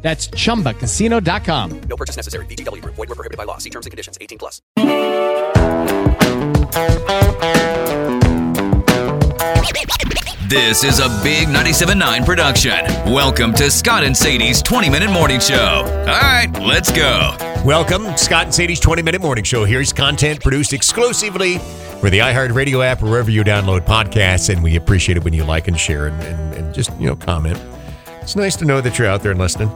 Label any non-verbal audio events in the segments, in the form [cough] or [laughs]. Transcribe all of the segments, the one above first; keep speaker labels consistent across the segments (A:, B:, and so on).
A: That's chumbacasino.com.
B: No purchase necessary. VGW Group. Void were prohibited by law. See terms and conditions. 18 plus.
C: This is a big 97.9 production. Welcome to Scott and Sadie's 20 minute morning show. All right, let's go.
D: Welcome, Scott and Sadie's 20 Minute Morning Show. Here's content produced exclusively for the iHeartRadio app, or wherever you download podcasts, and we appreciate it when you like and share and, and, and just, you know, comment. It's nice to know that you're out there and listening.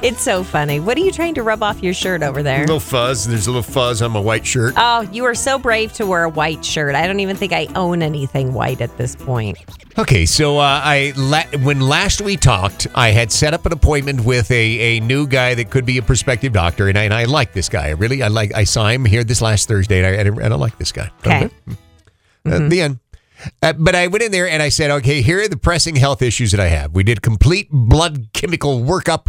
E: It's so funny. What are you trying to rub off your shirt over
D: A
E: there?
D: little fuzz. There's a little fuzz on my white shirt.
E: Oh, you are so brave to wear a white shirt. I don't even think I own anything white at this point.
D: Okay, so uh, I la- when last we talked, I had set up an appointment with a, a new guy that could be a prospective doctor, and I, and I like this guy. I really, I like. I saw him here this last Thursday, and I, and I, and I like this guy.
E: Okay. Mm-hmm.
D: Uh, the end. Uh, but I went in there and I said, okay, here are the pressing health issues that I have. We did complete blood chemical workup,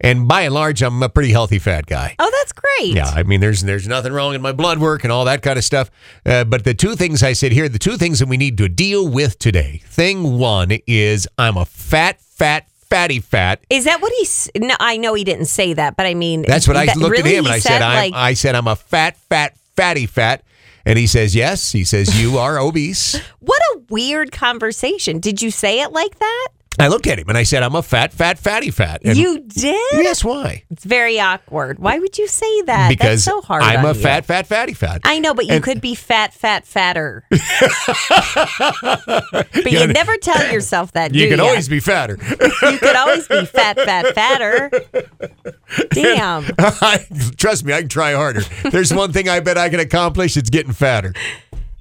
D: and by and large, I'm a pretty healthy fat guy.
E: Oh, that's great.
D: Yeah, I mean, there's there's nothing wrong in my blood work and all that kind of stuff. Uh, but the two things I said here, the two things that we need to deal with today. Thing one is I'm a fat, fat, fatty, fat.
E: Is that what he? s- No, I know he didn't say that, but I mean,
D: That's what I
E: that-
D: looked
E: really
D: at him and
E: he
D: I said, I'm,
E: like,
D: I said I'm a fat, fat, fatty, fat. And he says yes. He says you are obese.
E: "What a weird conversation." Did you say it like that?
D: I looked at him and I said I'm a fat, fat, fatty, fat. And
E: you did.
D: yes, why?
E: It's very awkward. Why would you say that?
D: Because
E: that's so hard.
D: I'm
E: on
D: a
E: you.
D: fat, fat, fatty, fat.
E: I know, but you
D: And-
E: could be fat,
D: [laughs]
E: fat, fatter. but you never tell yourself that.
D: you
E: do
D: can
E: ya?
D: always be fatter. [laughs]
E: You could always be fat, fat, fatter. Damn.
D: I- Trust me, I can try harder. There's one thing I bet I can accomplish. It's getting fatter.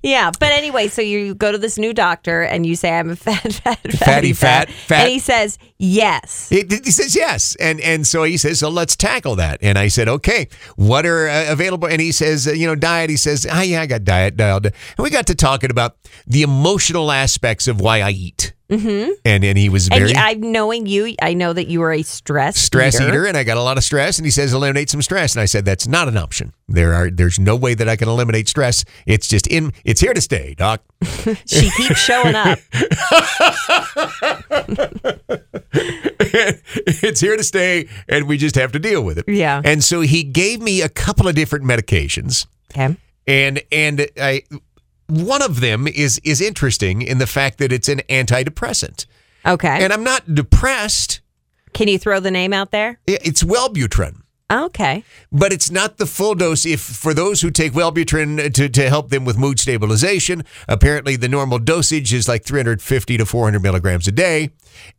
E: Yeah. But anyway, so you go to this new doctor and you say, I'm a fat, fat, fatty,
D: Fatty, fat, fat.
E: And he says, yes.
D: He, he says yes, and and so he says, so let's tackle that. And I said, okay, what are uh, available? And he says, uh, you know, diet. He says, ah, yeah, I got diet dialed. And we got to talking about the emotional aspects of why I eat. Mm-hmm. And and he was
E: And
D: very
E: y- I, knowing you, I know that you are a stress
D: stress eater, and I got a lot of stress. And he says, eliminate some stress. And I said, that's not an option. There are there's no way that I can eliminate stress. It's just in. It's here to stay, doc. [laughs]
E: She keeps showing up.
D: it's here to stay, and we just have to deal with it.
E: Yeah.
D: And so he gave me a couple of different medications.
E: Okay.
D: and and I, one of them is is interesting in the fact that it's an antidepressant,
E: Okay.
D: and I'm not depressed.
E: Can you throw the name out there?
D: I- It's Wellbutrin,
E: Okay.
D: but it's not the full dose. If for those who take Wellbutrin to to help them with mood stabilization, apparently the normal dosage is like 350 to 400 milligrams a day,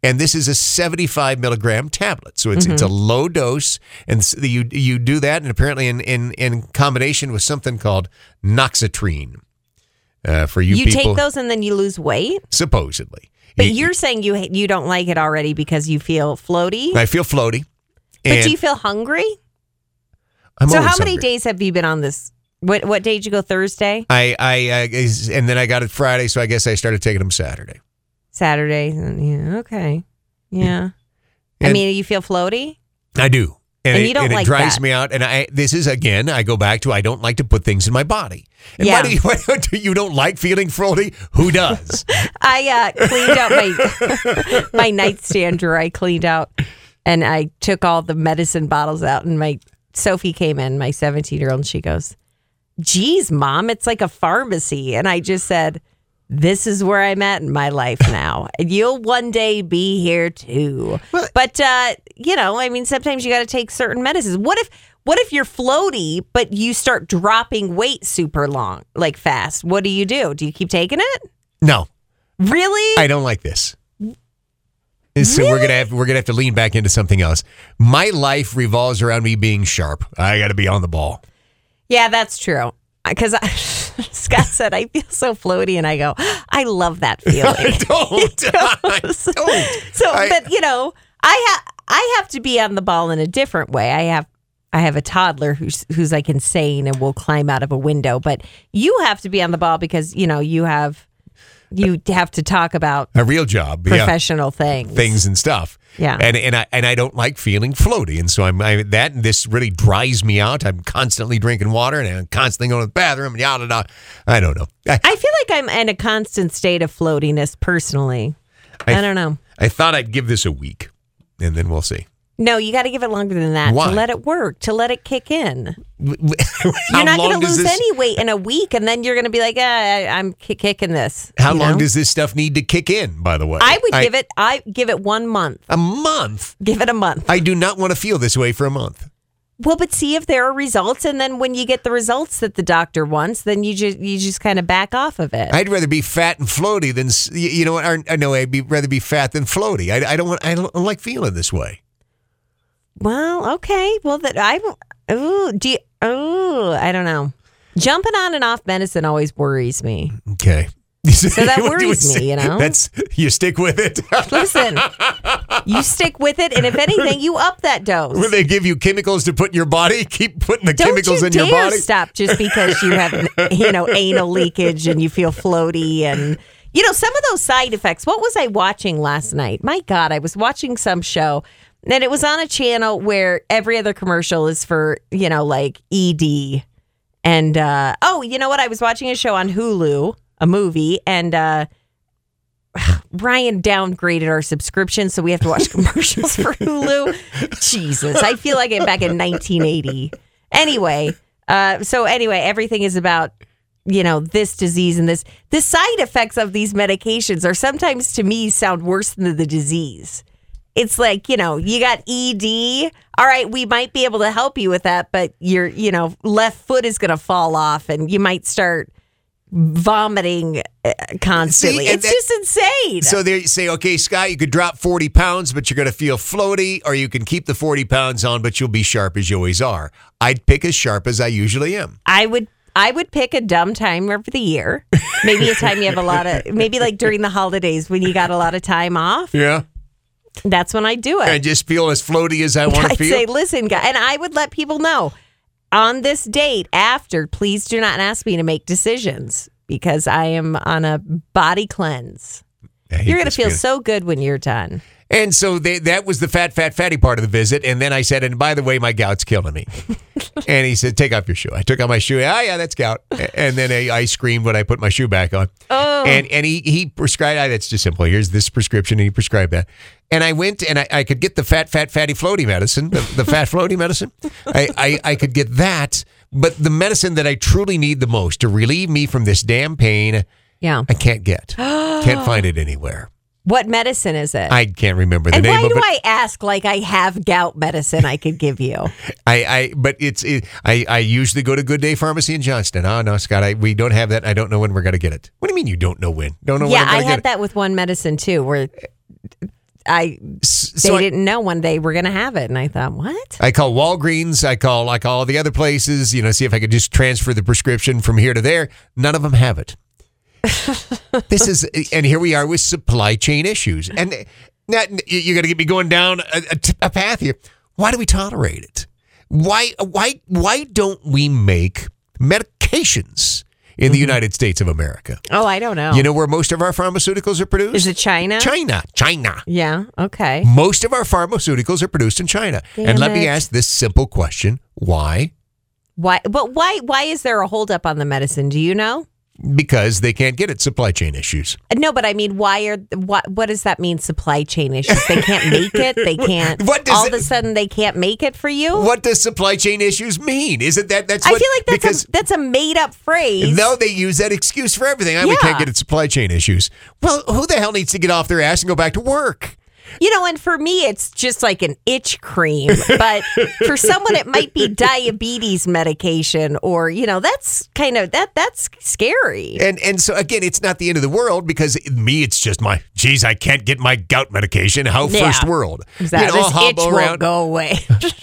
D: and this is a 75 milligram tablet, so it's it's a
E: Mm-hmm.
D: low dose, and s- you you do that, and apparently in in in combination with something called noxatrine. Uh, for you,
E: You,
D: people,
E: take those and then you lose weight.
D: supposedly.
E: But
D: It-
E: you're saying you you don't like it already because you feel floaty.
D: I feel floaty.
E: But
D: and
E: do you feel hungry?
D: I'm
E: so
D: always
E: how many
D: hungry.
E: days have you been on this? What what day did you go Thursday?
D: I, I, I is- and then I got it Friday, so I guess I started taking them Saturday.
E: Saturday. Yeah, okay. Yeah. I
D: And-
E: mean, you feel floaty?
D: I do, and,
E: And
D: it,
E: you don't
D: and
E: like
D: it drives
E: that.
D: me out. And I, this is again, I go back to I don't like to put things in my body. And
E: Yeah.
D: why do you, [laughs] why do you don't like feeling floaty? Who
E: [laughs]
D: does?
E: I uh, cleaned out my [laughs] my nightstand drawer. I cleaned out and I took all the medicine bottles out and my Sophie came in, my 17-year-old, and she goes, "Geez, mom, it's like a pharmacy." And I just said, this is where I'm at in my life now. And you'll one day be here too. but uh, you know, I mean sometimes you gotta take certain medicines. What if what if you're floaty but you start dropping weight super long, like fast? What do you do? Do you keep taking it?
D: no,
E: Really?
D: I don't like this. And So we're gonna have we're gonna have to lean back into something else. My life revolves around me being sharp. I got to be on the ball. [laughs]
E: yeah, that's true. Because [laughs] Scott said, I feel so floaty, and I go, I
D: [laughs]
E: love that feeling. [laughs]
D: Don't, [laughs] I don't.
E: so,
D: I-
E: but you know, I ha- I have to be on the ball in a different way. I have I have a toddler who's who's like insane and will climb out of a window, but you have to be on the ball because you know you have you have to talk about
D: A real job. Yeah.
E: professional things.
D: things and stuff.
E: Yeah.
D: And and I and I don't like feeling floaty, and so I'm I, that and this really dries me out. I'm constantly drinking water, and I'm constantly going to the bathroom, and yada yada. I don't know. I,
E: I feel like I'm in a constant state of floatiness personally. I, don't know.
D: I thought I'd give this a week, and then we'll see.
E: No, you got to give it longer than that
D: Why?
E: to let it work, to let it kick in.
D: How
E: [laughs] You're not
D: long
E: going to
D: does
E: lose
D: this?
E: any weight in a week, and then you're going to be like, ah, I, I'm ki- kicking this.
D: How
E: you
D: long
E: know?
D: does this stuff need to kick in? By the way,
E: I would give it? I give it one month.
D: a month.
E: Give it a month.
D: I do not want to feel this way for a month.
E: Well, but see if there are results, and then when you get the results that the doctor wants, then you just you just kind of back off of it.
D: I'd rather be fat and floaty than s- y- you know. Or, or no, I'd be rather be fat than floaty. I, I don't want. I don't like feeling this way.
E: well, okay. Well, that I ooh do you, ooh I don't know. Jumping on and off medicine always worries me.
D: Okay. So [laughs]
E: that worries me, you know?
D: That's you stick with it. [laughs]
E: Listen, you stick with it, and if anything, you up
D: [laughs]
E: that dose.
D: when they give you chemicals to put in your body, [laughs] keep putting the
E: Don't
D: chemicals
E: you
D: in
E: dare
D: your body.
E: stop just because
D: [laughs]
E: you have you know anal leakage and you feel floaty and you know some of those side effects. What was I watching last night? My God, I was watching some show and it was on a channel where every other commercial is for you know like ED and uh, oh, you know what? I was watching a show on Hulu, a movie, and uh, Ryan downgraded our subscription, so we have to
D: [laughs]
E: watch commercials for Hulu. Jesus, I feel like I'm back in 1980. Anyway, uh, so anyway, everything is about you know this disease and this the side effects of these medications are sometimes to me sound worse than the disease. It's like you know you got ED. All right, we might be able to help you with that, but your you know left foot is going to fall off, and you might start vomiting uh, constantly.
D: and
E: it's
D: that-
E: just insane.
D: So they say, okay, Scott, you could drop 40 pounds, but you're going to feel floaty, or you can keep the 40 pounds on, but you'll be sharp as you always are. I'd pick as sharp as I usually am.
E: I would I would pick a dumb time of the year. Maybe a time you have a lot of maybe like during the holidays when you got a lot of time off.
D: Yeah.
E: That's when I do
D: I
E: it.
D: just feel as floaty
E: [laughs]
D: as I want to
E: I'd
D: feel.
E: say, listen, guy, and I would let people know on this date after. Please do not ask me to make decisions because I am on a body cleanse.
D: I hate
E: You're gonna
D: this
E: feel
D: feeling.
E: so good when you're done.
D: And so they, that was the fat, fat, fatty part of the visit. And then I said, and by the way, my gout's killing
E: [laughs]
D: me. and he said, take off your shoe. I took off my shoe. Ah, yeah, that's gout. A- And then I, I screamed when I put my shoe back on. Oh. And, and he, he prescribed, ah, that's just simple. Here's this prescription. And he prescribed that. And I went and I, I could get the fat, fat, fatty, floaty medicine, the, the fat, floaty medicine. I, I, I could get that. But the medicine that I truly need the most to relieve me from this damn pain,
E: Yeah.
D: I can't get. can't find it anywhere.
E: What medicine is it?
D: I can't remember the
E: and
D: name
E: why
D: of
E: do
D: it.
E: I ask like I have gout medicine I could give you?
D: I, I but it's it, I I usually go to Good Day Pharmacy in Johnston. Oh no, Scott, I, we don't have that. I don't know when we're gonna get it. What do you mean you don't know when? Don't know
E: yeah,
D: when I'm
E: I
D: gonna
E: had
D: get
E: that with one medicine too, where I
D: it. S-
E: they
D: So I,
E: didn't know when they were going to have it, and I thought, what?
D: I call Walgreens. I call I call the other places. You know, see if I could just transfer the prescription from here to there. None of them have
E: [laughs]
D: it. this is and here we are with supply chain issues. And now you're gonna get me going down a, a t- a path here. Why do we tolerate it? Why why why don't we make medications in the
E: Mm-hmm.
D: United States of America?
E: Oh, I don't know.
D: You know where most of our pharmaceuticals are produced?
E: is it China?
D: China, China.
E: Yeah. Okay.
D: Most of our pharmaceuticals are produced in China.
E: Damn
D: and let me
E: it.
D: ask this simple question why?
E: Why? But why? Why is there a holdup on the medicine? Do you know?
D: Because they can't get it. Supply chain issues.
E: No, but I mean, why are what? What does that mean? Supply chain issues. They can't make it. They
D: [laughs]
E: can't.
D: What does
E: all
D: it-
E: of a sudden they can't make it for you?
D: What does supply chain issues mean? Isn't that that's
E: I
D: what,
E: feel like that's
D: because
E: a that's a made up phrase.
D: no, they use that excuse for everything. I we
E: Yeah.
D: can't get it. Supply chain issues. Well, who the hell needs to get off their ass and go back to work?
E: You know, and for me, it's just like an itch cream.
D: [laughs]
E: But for someone, it might be diabetes medication, or you know, that's kind of that that's scary.
D: And and so again, it's not the end of the world because me, it's just my geez, I can't get my gout medication. How
E: Yeah.
D: first world?
E: That
D: You know, I'll
E: this itch
D: hobble around-
E: won't go away. [laughs]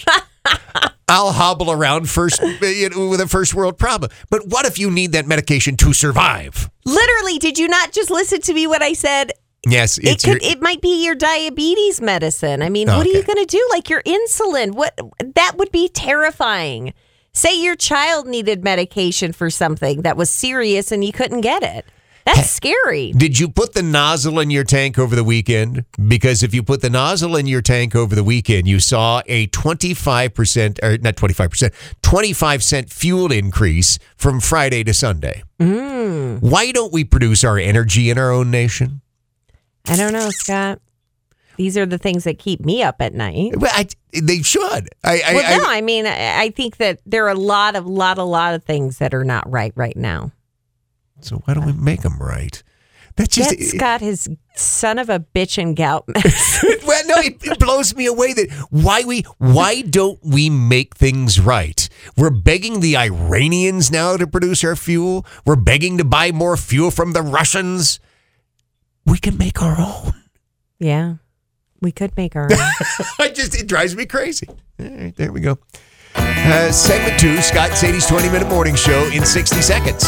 D: I'll hobble around first you know, with a first world problem. But what if you need that medication to survive?
E: Literally, did you not just listen to me when I said
D: Yes,
E: It
D: it's
E: could.
D: your-
E: it might be your diabetes medicine. I mean,
D: Oh,
E: what are you
D: okay.
E: going to do? Like your insulin? What? That would be terrifying. Say your child needed medication for something that was serious and you couldn't get it. That's scary.
D: Did you put the nozzle in your tank over the weekend? Because if you put the nozzle in your tank over the weekend, you saw a 25% or not 25%, 25 cent fuel increase from Friday to Sunday.
E: Mm.
D: Why don't we produce our energy in our own nation?
E: I don't know, Scott. These are the things that keep me up at night.
D: Well, I, they should. I, I,
E: well, no,
D: I-
E: I mean, I I think that there are a lot of, lot, a lot of things that are not right right now.
D: so why don't we make them right? That's just
E: Get Scott his son of a bitch and gout
D: [laughs]
E: mess.
D: well, no, it, it blows me away that why we why don't we make things right? We're begging the Iranians now to produce our fuel. We're begging to buy more fuel from the Russians. We can make our own. [laughs]
E: yeah, we could make our own.
D: I just it drives me crazy. All right, there we go. Uh, segment two, Scott Sadie's 20 minute morning show in 60 seconds.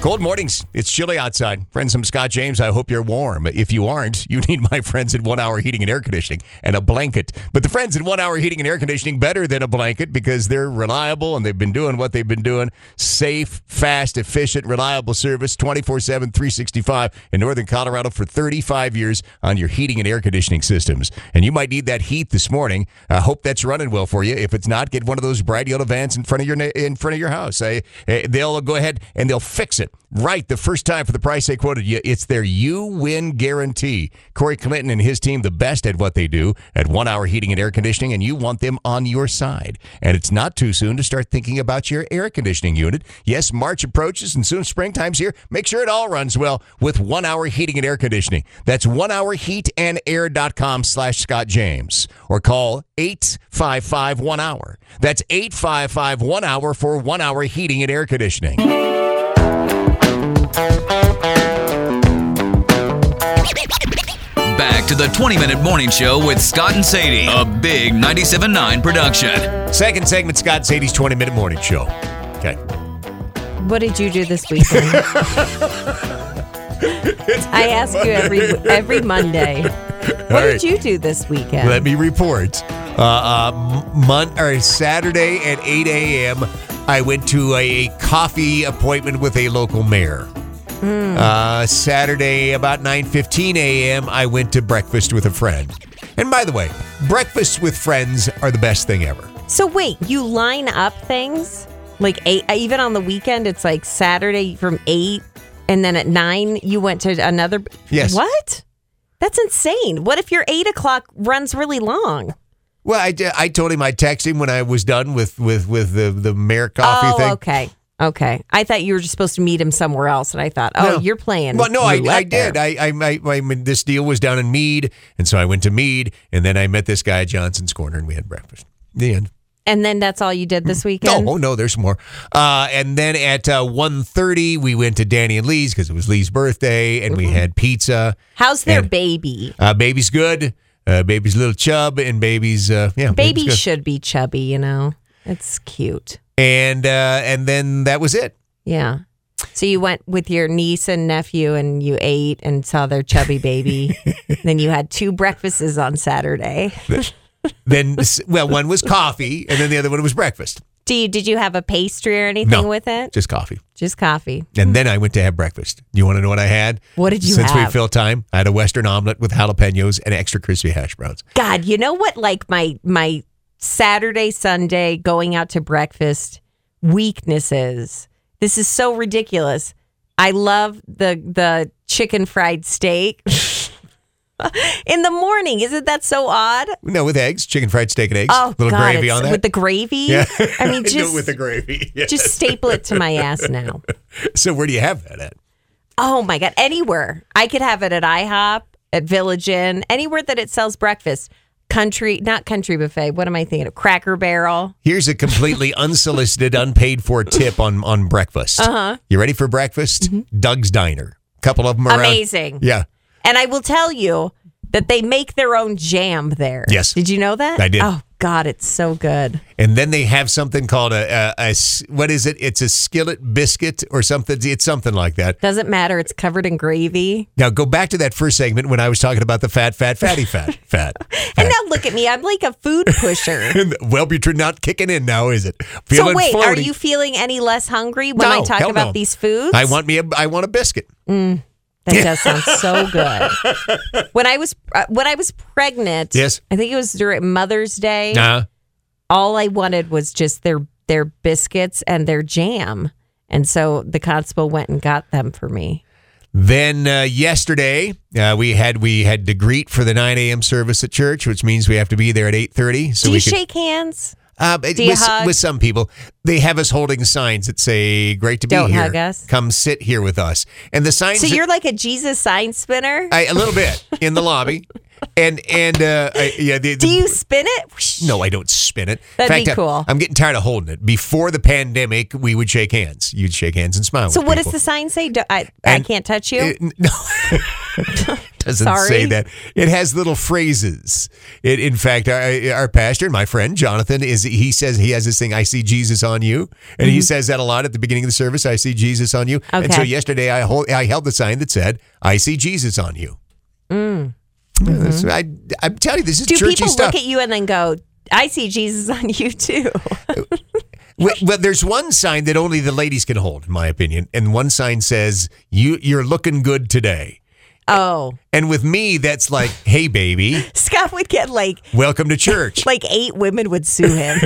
D: Cold mornings. It's chilly outside. Friends, I'm Scott James. I hope you're warm. If you aren't, [laughs] you need my friends at One Hour Heating and Air Conditioning and a blanket. But the friends at One Hour Heating and Air Conditioning better than a blanket because they're reliable and they've been doing what they've been doing. Safe, fast, efficient, reliable service 24 7, 365 in Northern Colorado for 35 years on your heating and air conditioning systems. And you might need that heat this morning. I hope that's running well for you. If it's not, get one of those bright yellow vans in front of your na- in front of your house. I, eh, they'll go ahead and they'll fix it right the first time for the price they quoted you. It's their you win guarantee. Corey Clinton and his team the best at what they do at One Hour Heating and Air Conditioning, and you want them on your side. And it's not too soon to start thinking about your air conditioning unit. Yes, March approaches and soon springtime's here. Make sure it all runs well with One Hour Heating and Air Conditioning. That's onehourheatandair.com slash Scott James or call 855 1 hour. That's 855 1 hour for one hour heating and air conditioning.
C: Back to the 20 minute morning show with Scott and Sadie, a big 97.9 production.
D: Second segment, Scott Sadie's 20 minute morning show. Okay.
E: What did you do this
D: [laughs]
E: weekend? I ask you every
D: [laughs]
E: every Monday. What
D: right.
E: did you do this weekend?
D: Let me report. Uh, uh, m- mon- or Saturday at 8 a.m., I went to a coffee appointment with a local mayor. Uh, Saturday about 9:15 a.m., I went to breakfast with a friend. And by the way, breakfasts with friends are the best thing ever.
E: so wait, you line up things like eight, uh, even on the weekend. It's like Saturday from eight, and then at nine you went to another.
D: Yes.
E: What? That's insane. What if your eight o'clock runs really long?
D: Well, I, d- I told him I texted him when I was done with with with the the mayor coffee
E: oh,
D: thing.
E: okay. Okay. I thought you were just supposed to meet him somewhere else, and I thought, oh,
D: No.
E: you're playing.
D: Well, no, I, I
E: roulette there.
D: did. I, I, I, I mean, this deal was down in Mead, and so I went to Mead, and then I met this guy at Johnson's Corner, and we had breakfast. The end.
E: And then that's all you did this
D: No,
E: weekend?
D: oh no, there's more. Uh, and then at uh, 1.30, we went to Danny and Lee's because it was Lee's birthday, and
E: Mm-hmm.
D: we had pizza.
E: How's their
D: And-
E: baby?
D: Uh, baby's good. Uh, baby's little chub, and baby's uh, yeah, baby's
E: Baby
D: good.
E: should be chubby, you know? It's cute.
D: and uh, and then that was it.
E: Yeah. So you went with your niece and nephew and you ate and saw their
D: [laughs]
E: chubby baby. then you had two breakfasts on Saturday.
D: Then [laughs] well, one was coffee, and then the other one was breakfast.
E: Do you, did you have a pastry or anything with it?
D: Just coffee.
E: Just coffee.
D: And then I went to have breakfast. You want to know what I had?
E: What did you
D: Since we
E: have?
D: fill time, I had a Western omelet with jalapenos and extra crispy hash browns.
E: God, you know what? Like my my Saturday, Sunday going out to breakfast weaknesses. This is so ridiculous. I love the the chicken fried
D: [laughs]
E: steak [laughs] in the morning. Isn't that so odd?
D: No, with eggs, chicken fried steak and eggs.
E: Oh,
D: little
E: God,
D: gravy
E: it's-
D: on that. [laughs]
E: with the gravy. I
D: No,
E: mean, just
D: with the gravy. [laughs] Yeah.
E: just staple it to my ass now.
D: [laughs] So where do you have that at?
E: Oh my God. Anywhere. I could have it at IHOP, at Village Inn, anywhere that it sells breakfast. Country, not country buffet. What am I thinking of? Cracker Barrel.
D: Here's a completely unsolicited, unpaid for tip on on breakfast. Uh-huh. You ready for breakfast? Doug's Diner. Couple of them around.
E: Mm-hmm. Amazing.
D: uh, Yeah.
E: And I will tell you that they make their own jam there.
D: Yes.
E: Did you know that?
D: I did.
E: Oh God, it's so good.
D: And then they have something called a, a, a s- what is it? It's a skillet biscuit or something. It's something like that.
E: Doesn't matter. It's covered in gravy.
D: Now go back to that first segment when I was talking about the fat, fat, fatty, fat, fat.
E: [laughs] And now look at me. I'm like a food pusher.
D: [laughs] And Wellbutrin not kicking in now, is it?
E: so wait, are
D: floaty.
E: you feeling any less hungry when I
D: No,
E: talk
D: hell
E: about
D: no.
E: these foods?
D: I want me. A, I want a biscuit.
E: That does sound so good.
D: [laughs]
E: When I was uh, when I was pregnant,
D: Yes.
E: I think it was during Mother's Day.
D: Nah.
E: All I wanted was just their their biscuits and their jam, and so the constable went and got them for me.
D: Then uh, yesterday uh, we had we had to greet for the 9 a.m. service at church, which means we have to be there at 8:30. So
E: Do
D: we could-
E: you shake hands?
D: Um, it-
E: Do you
D: with,
E: hug?
D: with some people, they have us holding signs that say "Great to
E: Don't
D: be here.
E: hug us.
D: Come sit here with us." And the signs,
E: So
D: are-
E: you're like a Jesus sign spinner.
D: I, a little bit in the
E: [laughs]
D: lobby, and and uh, I, yeah, the,
E: Do
D: the-
E: you spin it?
D: No, I don't spin it.
E: That'd
D: in fact,
E: be
D: I-
E: cool.
D: I'm getting tired of holding it. Before the pandemic, we would shake hands. You'd shake hands and smile.
E: So
D: with
E: what
D: people.
E: does the sign say? Do, I I
D: And-
E: can't touch you.
D: It- n- [laughs] no.
E: [laughs]
D: Doesn't say
E: Sorry.
D: that. It has little phrases. It, in fact, our, our pastor, my friend Jonathan, is he says he has this thing. I see Jesus on you, and he says that a lot at the beginning of the service. I see Jesus on you. And so
E: Mm-hmm. Okay.
D: yesterday, I hold, I held the sign that said, "I see Jesus on you." Yeah, that's- I, I'm telling you, this is
E: Mm. Mm-hmm. Do
D: churchy
E: people
D: stuff.
E: look at you and then go, "I see Jesus on
D: [laughs]
E: you too"?
D: Well, well, there's one sign that only the ladies can hold, in my opinion, and one sign says, "You, you're looking good today."
E: Oh,
D: And with me, that's like, [laughs] "Hey, baby,
E: Scott would get like
D: welcome to church."
E: [laughs] like eight women would
D: [laughs]
E: sue him.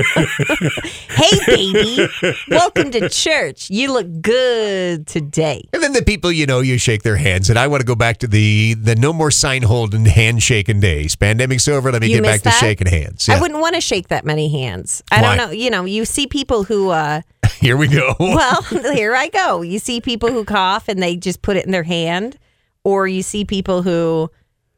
E: hey, baby, welcome to church. You look good today.
D: And then the people you know, you shake their hands. And I want to go back to the the no more sign holding handshaking days. Pandemic's over. Let me
E: You
D: get back
E: missed that?
D: to shaking hands.
E: I
D: Yeah.
E: wouldn't want to shake that many hands. I
D: Why?
E: don't know. You know, you see people who, uh,
D: [laughs]
E: [laughs]
D: Here we go.
E: well, here I go. You see people who cough and they just put it in their hand, or you see people who,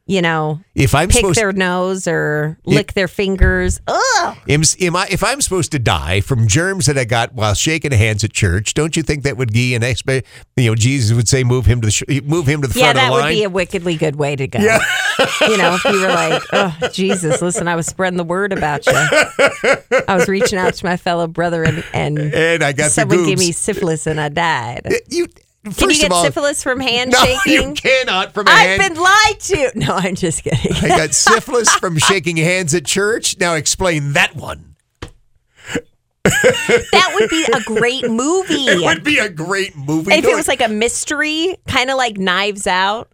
E: you know,
D: if I'm
E: pick
D: supposed,
E: their nose or lick their fingers. Ugh.
D: am, am I, if I'm supposed to die from germs that I got while shaking hands at church, don't you think that would be an expe- You know, Jesus would say, "Move him to the sh- move him to the
E: Yeah,
D: front of
E: that
D: the
E: would
D: line."
E: be a wickedly good way to go. you know, if you
D: [laughs]
E: were like, oh, Jesus, listen, I was spreading the word about you. I was reaching out to my fellow brother and, and
D: and I got
E: someone
D: the
E: gave
D: goobs.
E: me syphilis and I died.
D: You first
E: Can you get
D: of all,
E: syphilis from
D: no, you
E: handshaking?
D: cannot from a
E: I've
D: hand.
E: been lied to. No, I'm just kidding.
D: I got syphilis from shaking hands at church. Now explain that one.
E: [laughs] That would be a great movie.
D: [laughs] It would be a great movie.
E: if
D: No,
E: it was like a mystery, kind of like Knives Out,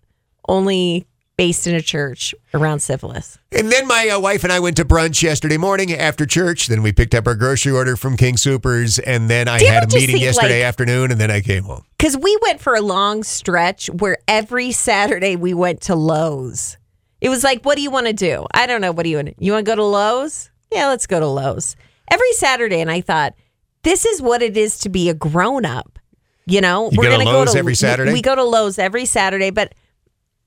E: only based in a church around syphilis.
D: And then my uh, wife and I went to brunch yesterday morning after church. Then we picked up our grocery order from King Supers, and then I
E: Do you
D: had a
E: ever just
D: meeting
E: think,
D: yesterday
E: like-
D: afternoon, and then I came home.
E: Because we went for a long stretch where every Saturday we went to Lowe's. It was like, what do you want to do? I don't know. What do you want? to You want to go to Lowe's? Yeah, let's go to Lowe's every Saturday. And I thought, this is what it is to be a grown up. You know,
D: You go to
E: gonna
D: Lowe's every Saturday?
E: We go to Lowe's every Saturday, but